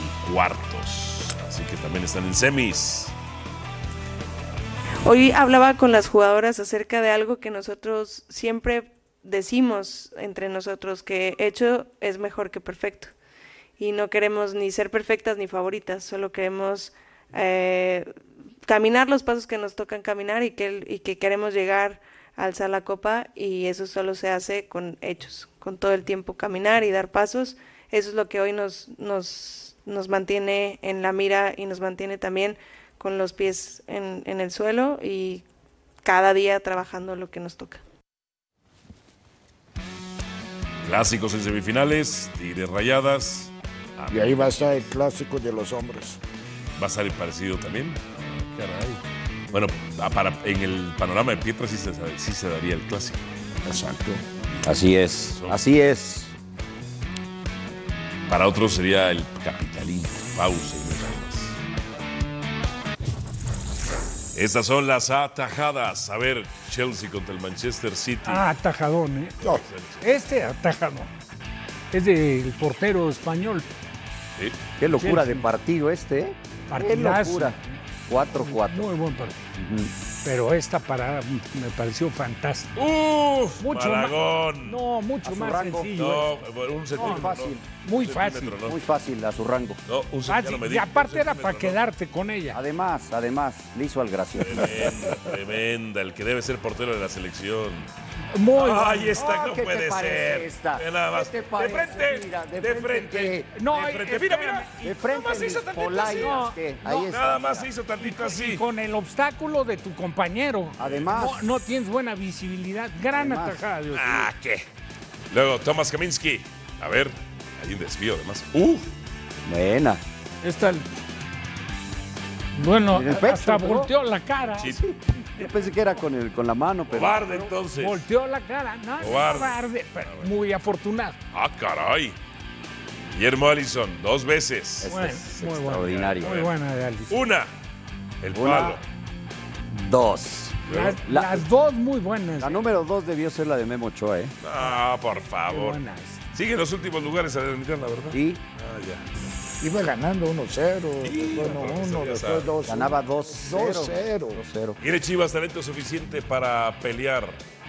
Y cuartos. Así que también están en semis.
Hoy hablaba con las jugadoras acerca de algo que nosotros siempre decimos entre nosotros, que hecho es mejor que perfecto. Y no queremos ni ser perfectas ni favoritas, solo queremos eh, caminar los pasos que nos tocan caminar y que, el- y que queremos llegar a alzar la copa y eso solo se hace con hechos, con todo el tiempo caminar y dar pasos. Eso es lo que hoy nos, nos, nos mantiene en la mira y nos mantiene también con los pies en, en el suelo y cada día trabajando lo que nos toca.
Clásicos en semifinales. Tigres rayadas. Ah,
Y ahí va a estar el clásico de los hombres.
va a salir parecido también. Caray. Bueno, ah, para, en el panorama de Pietra sí se, sí se daría el clásico.
Exacto.
Así es, así es.
Para otros sería el capitalino. Pausa y no más. Estas son las atajadas. A ver, Chelsea contra el Manchester City.
Ah, atajadón, ¿eh? Este atajadón. Es del portero español.
Sí.
Qué locura
Chelsea.
de partido este, ¿eh? Qué
Partidazo.
locura. 4-4.
Muy buen partido. Pero esta parada me pareció fantástica.
¡Uf!
Mucho
Maragón.
más. No, mucho
A su
más
rango.
sencillo. ¿eh?
No, un
Muy
centímetro.
fácil,
no.
muy
Un
fácil.
centímetro, No,
Muy fácil a su rango.
No, un centímetro,
Ah,
Fácil.
ya lo medí,
Ah, y aparte
un
era
centímetro,
para
no.
quedarte con ella.
Además, además, le hizo al gracioso.
Tremenda, tremenda. El que debe ser portero de la selección. Ahí
Muy bueno.
está,
Ah,
no
¿qué te
puede
parece
ser.
esta?
Ve nada más.
¿Qué te
de
parece?
frente,
Este Mira, de
de, frente.
frente.
No,
de
eh,
frente. Mira,
espérame.
mira.
De
nada más
frente,
hizo
mis
tantito así.
polainas, que
No,
ahí está.
Nada más hizo tantito
Y
así.
con el obstáculo de tu compañero.
Además.
No, no tienes buena visibilidad. Gran
Además.
atajada, Dios mío.
Ah, ¿qué? Luego, Thomas Kaminski. A ver, hay un desvío además. ¡Uh!
Buena.
Esta. Bueno,
En el pecho,
hasta
¿no?
volteó la cara.
Chip.
Yo pensé que era con, el, con la mano, pero.
Cobarde, entonces.
Volteó la cara. No, no,
Cobarde.
cobarde, pero muy afortunado.
¡Ah, caray! Guillermo Allison, dos veces.
Este
Bueno,
es
muy bueno.
extraordinario.
Muy buena de Alice.
Una, el
Una.
palo.
Dos.
Las,
La-
las dos muy buenas.
La número dos debió ser la de Memo Ochoa, ¿eh?
Ah, por
Muy
favor.
buenas.
Sigue en los últimos lugares a la verdad.
Y
Ah, ya.
Iba ganando 1-0, después
Rafa,
1-1,
ya
después
sabe.
2-1.
Ganaba
2-0.
2-0.
¿Tiene Chivas talento suficiente para pelear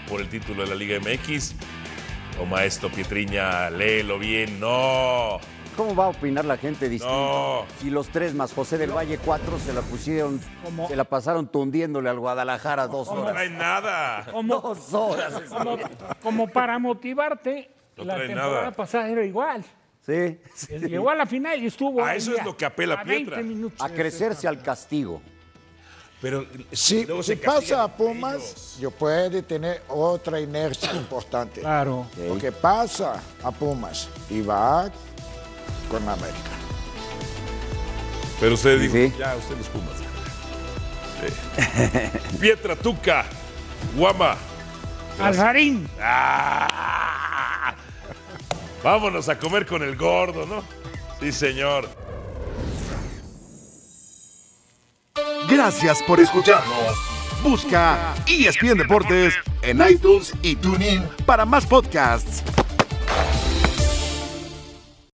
por el título de la Liga MX? Toma esto, Pietriña, léelo bien. ¡No!
¿Cómo va a opinar la gente
No.
distinto? Si los tres más José del Valle cuatro se la pusieron, se la pasaron tundiéndole al Guadalajara dos
No
horas.
trae nada.
Dos horas.
Como, como para motivarte,
No
la
trae
temporada
nada.
pasada era igual.
Sí.
Llegó a la final y estuvo.
A
ahí
Ah, eso es lo que apela
a 20
Pietra.
minutos.
A crecerse al castigo.
Pero
Si,
luego
si
se castigan
pasa a
entre
Pumas, yo puede tener otra inercia importante.
Claro.
Porque pasa a Pumas y va con América.
Pero usted dijo,
Sí.
ya, usted los Pumas. Sí. Pietra Tuca, Guama.
Alvarín.
¡Ah! Vámonos a comer con el gordo, ¿no? Sí, señor.
Gracias por escucharnos. Busca ESPN Deportes en iTunes y TuneIn para más podcasts.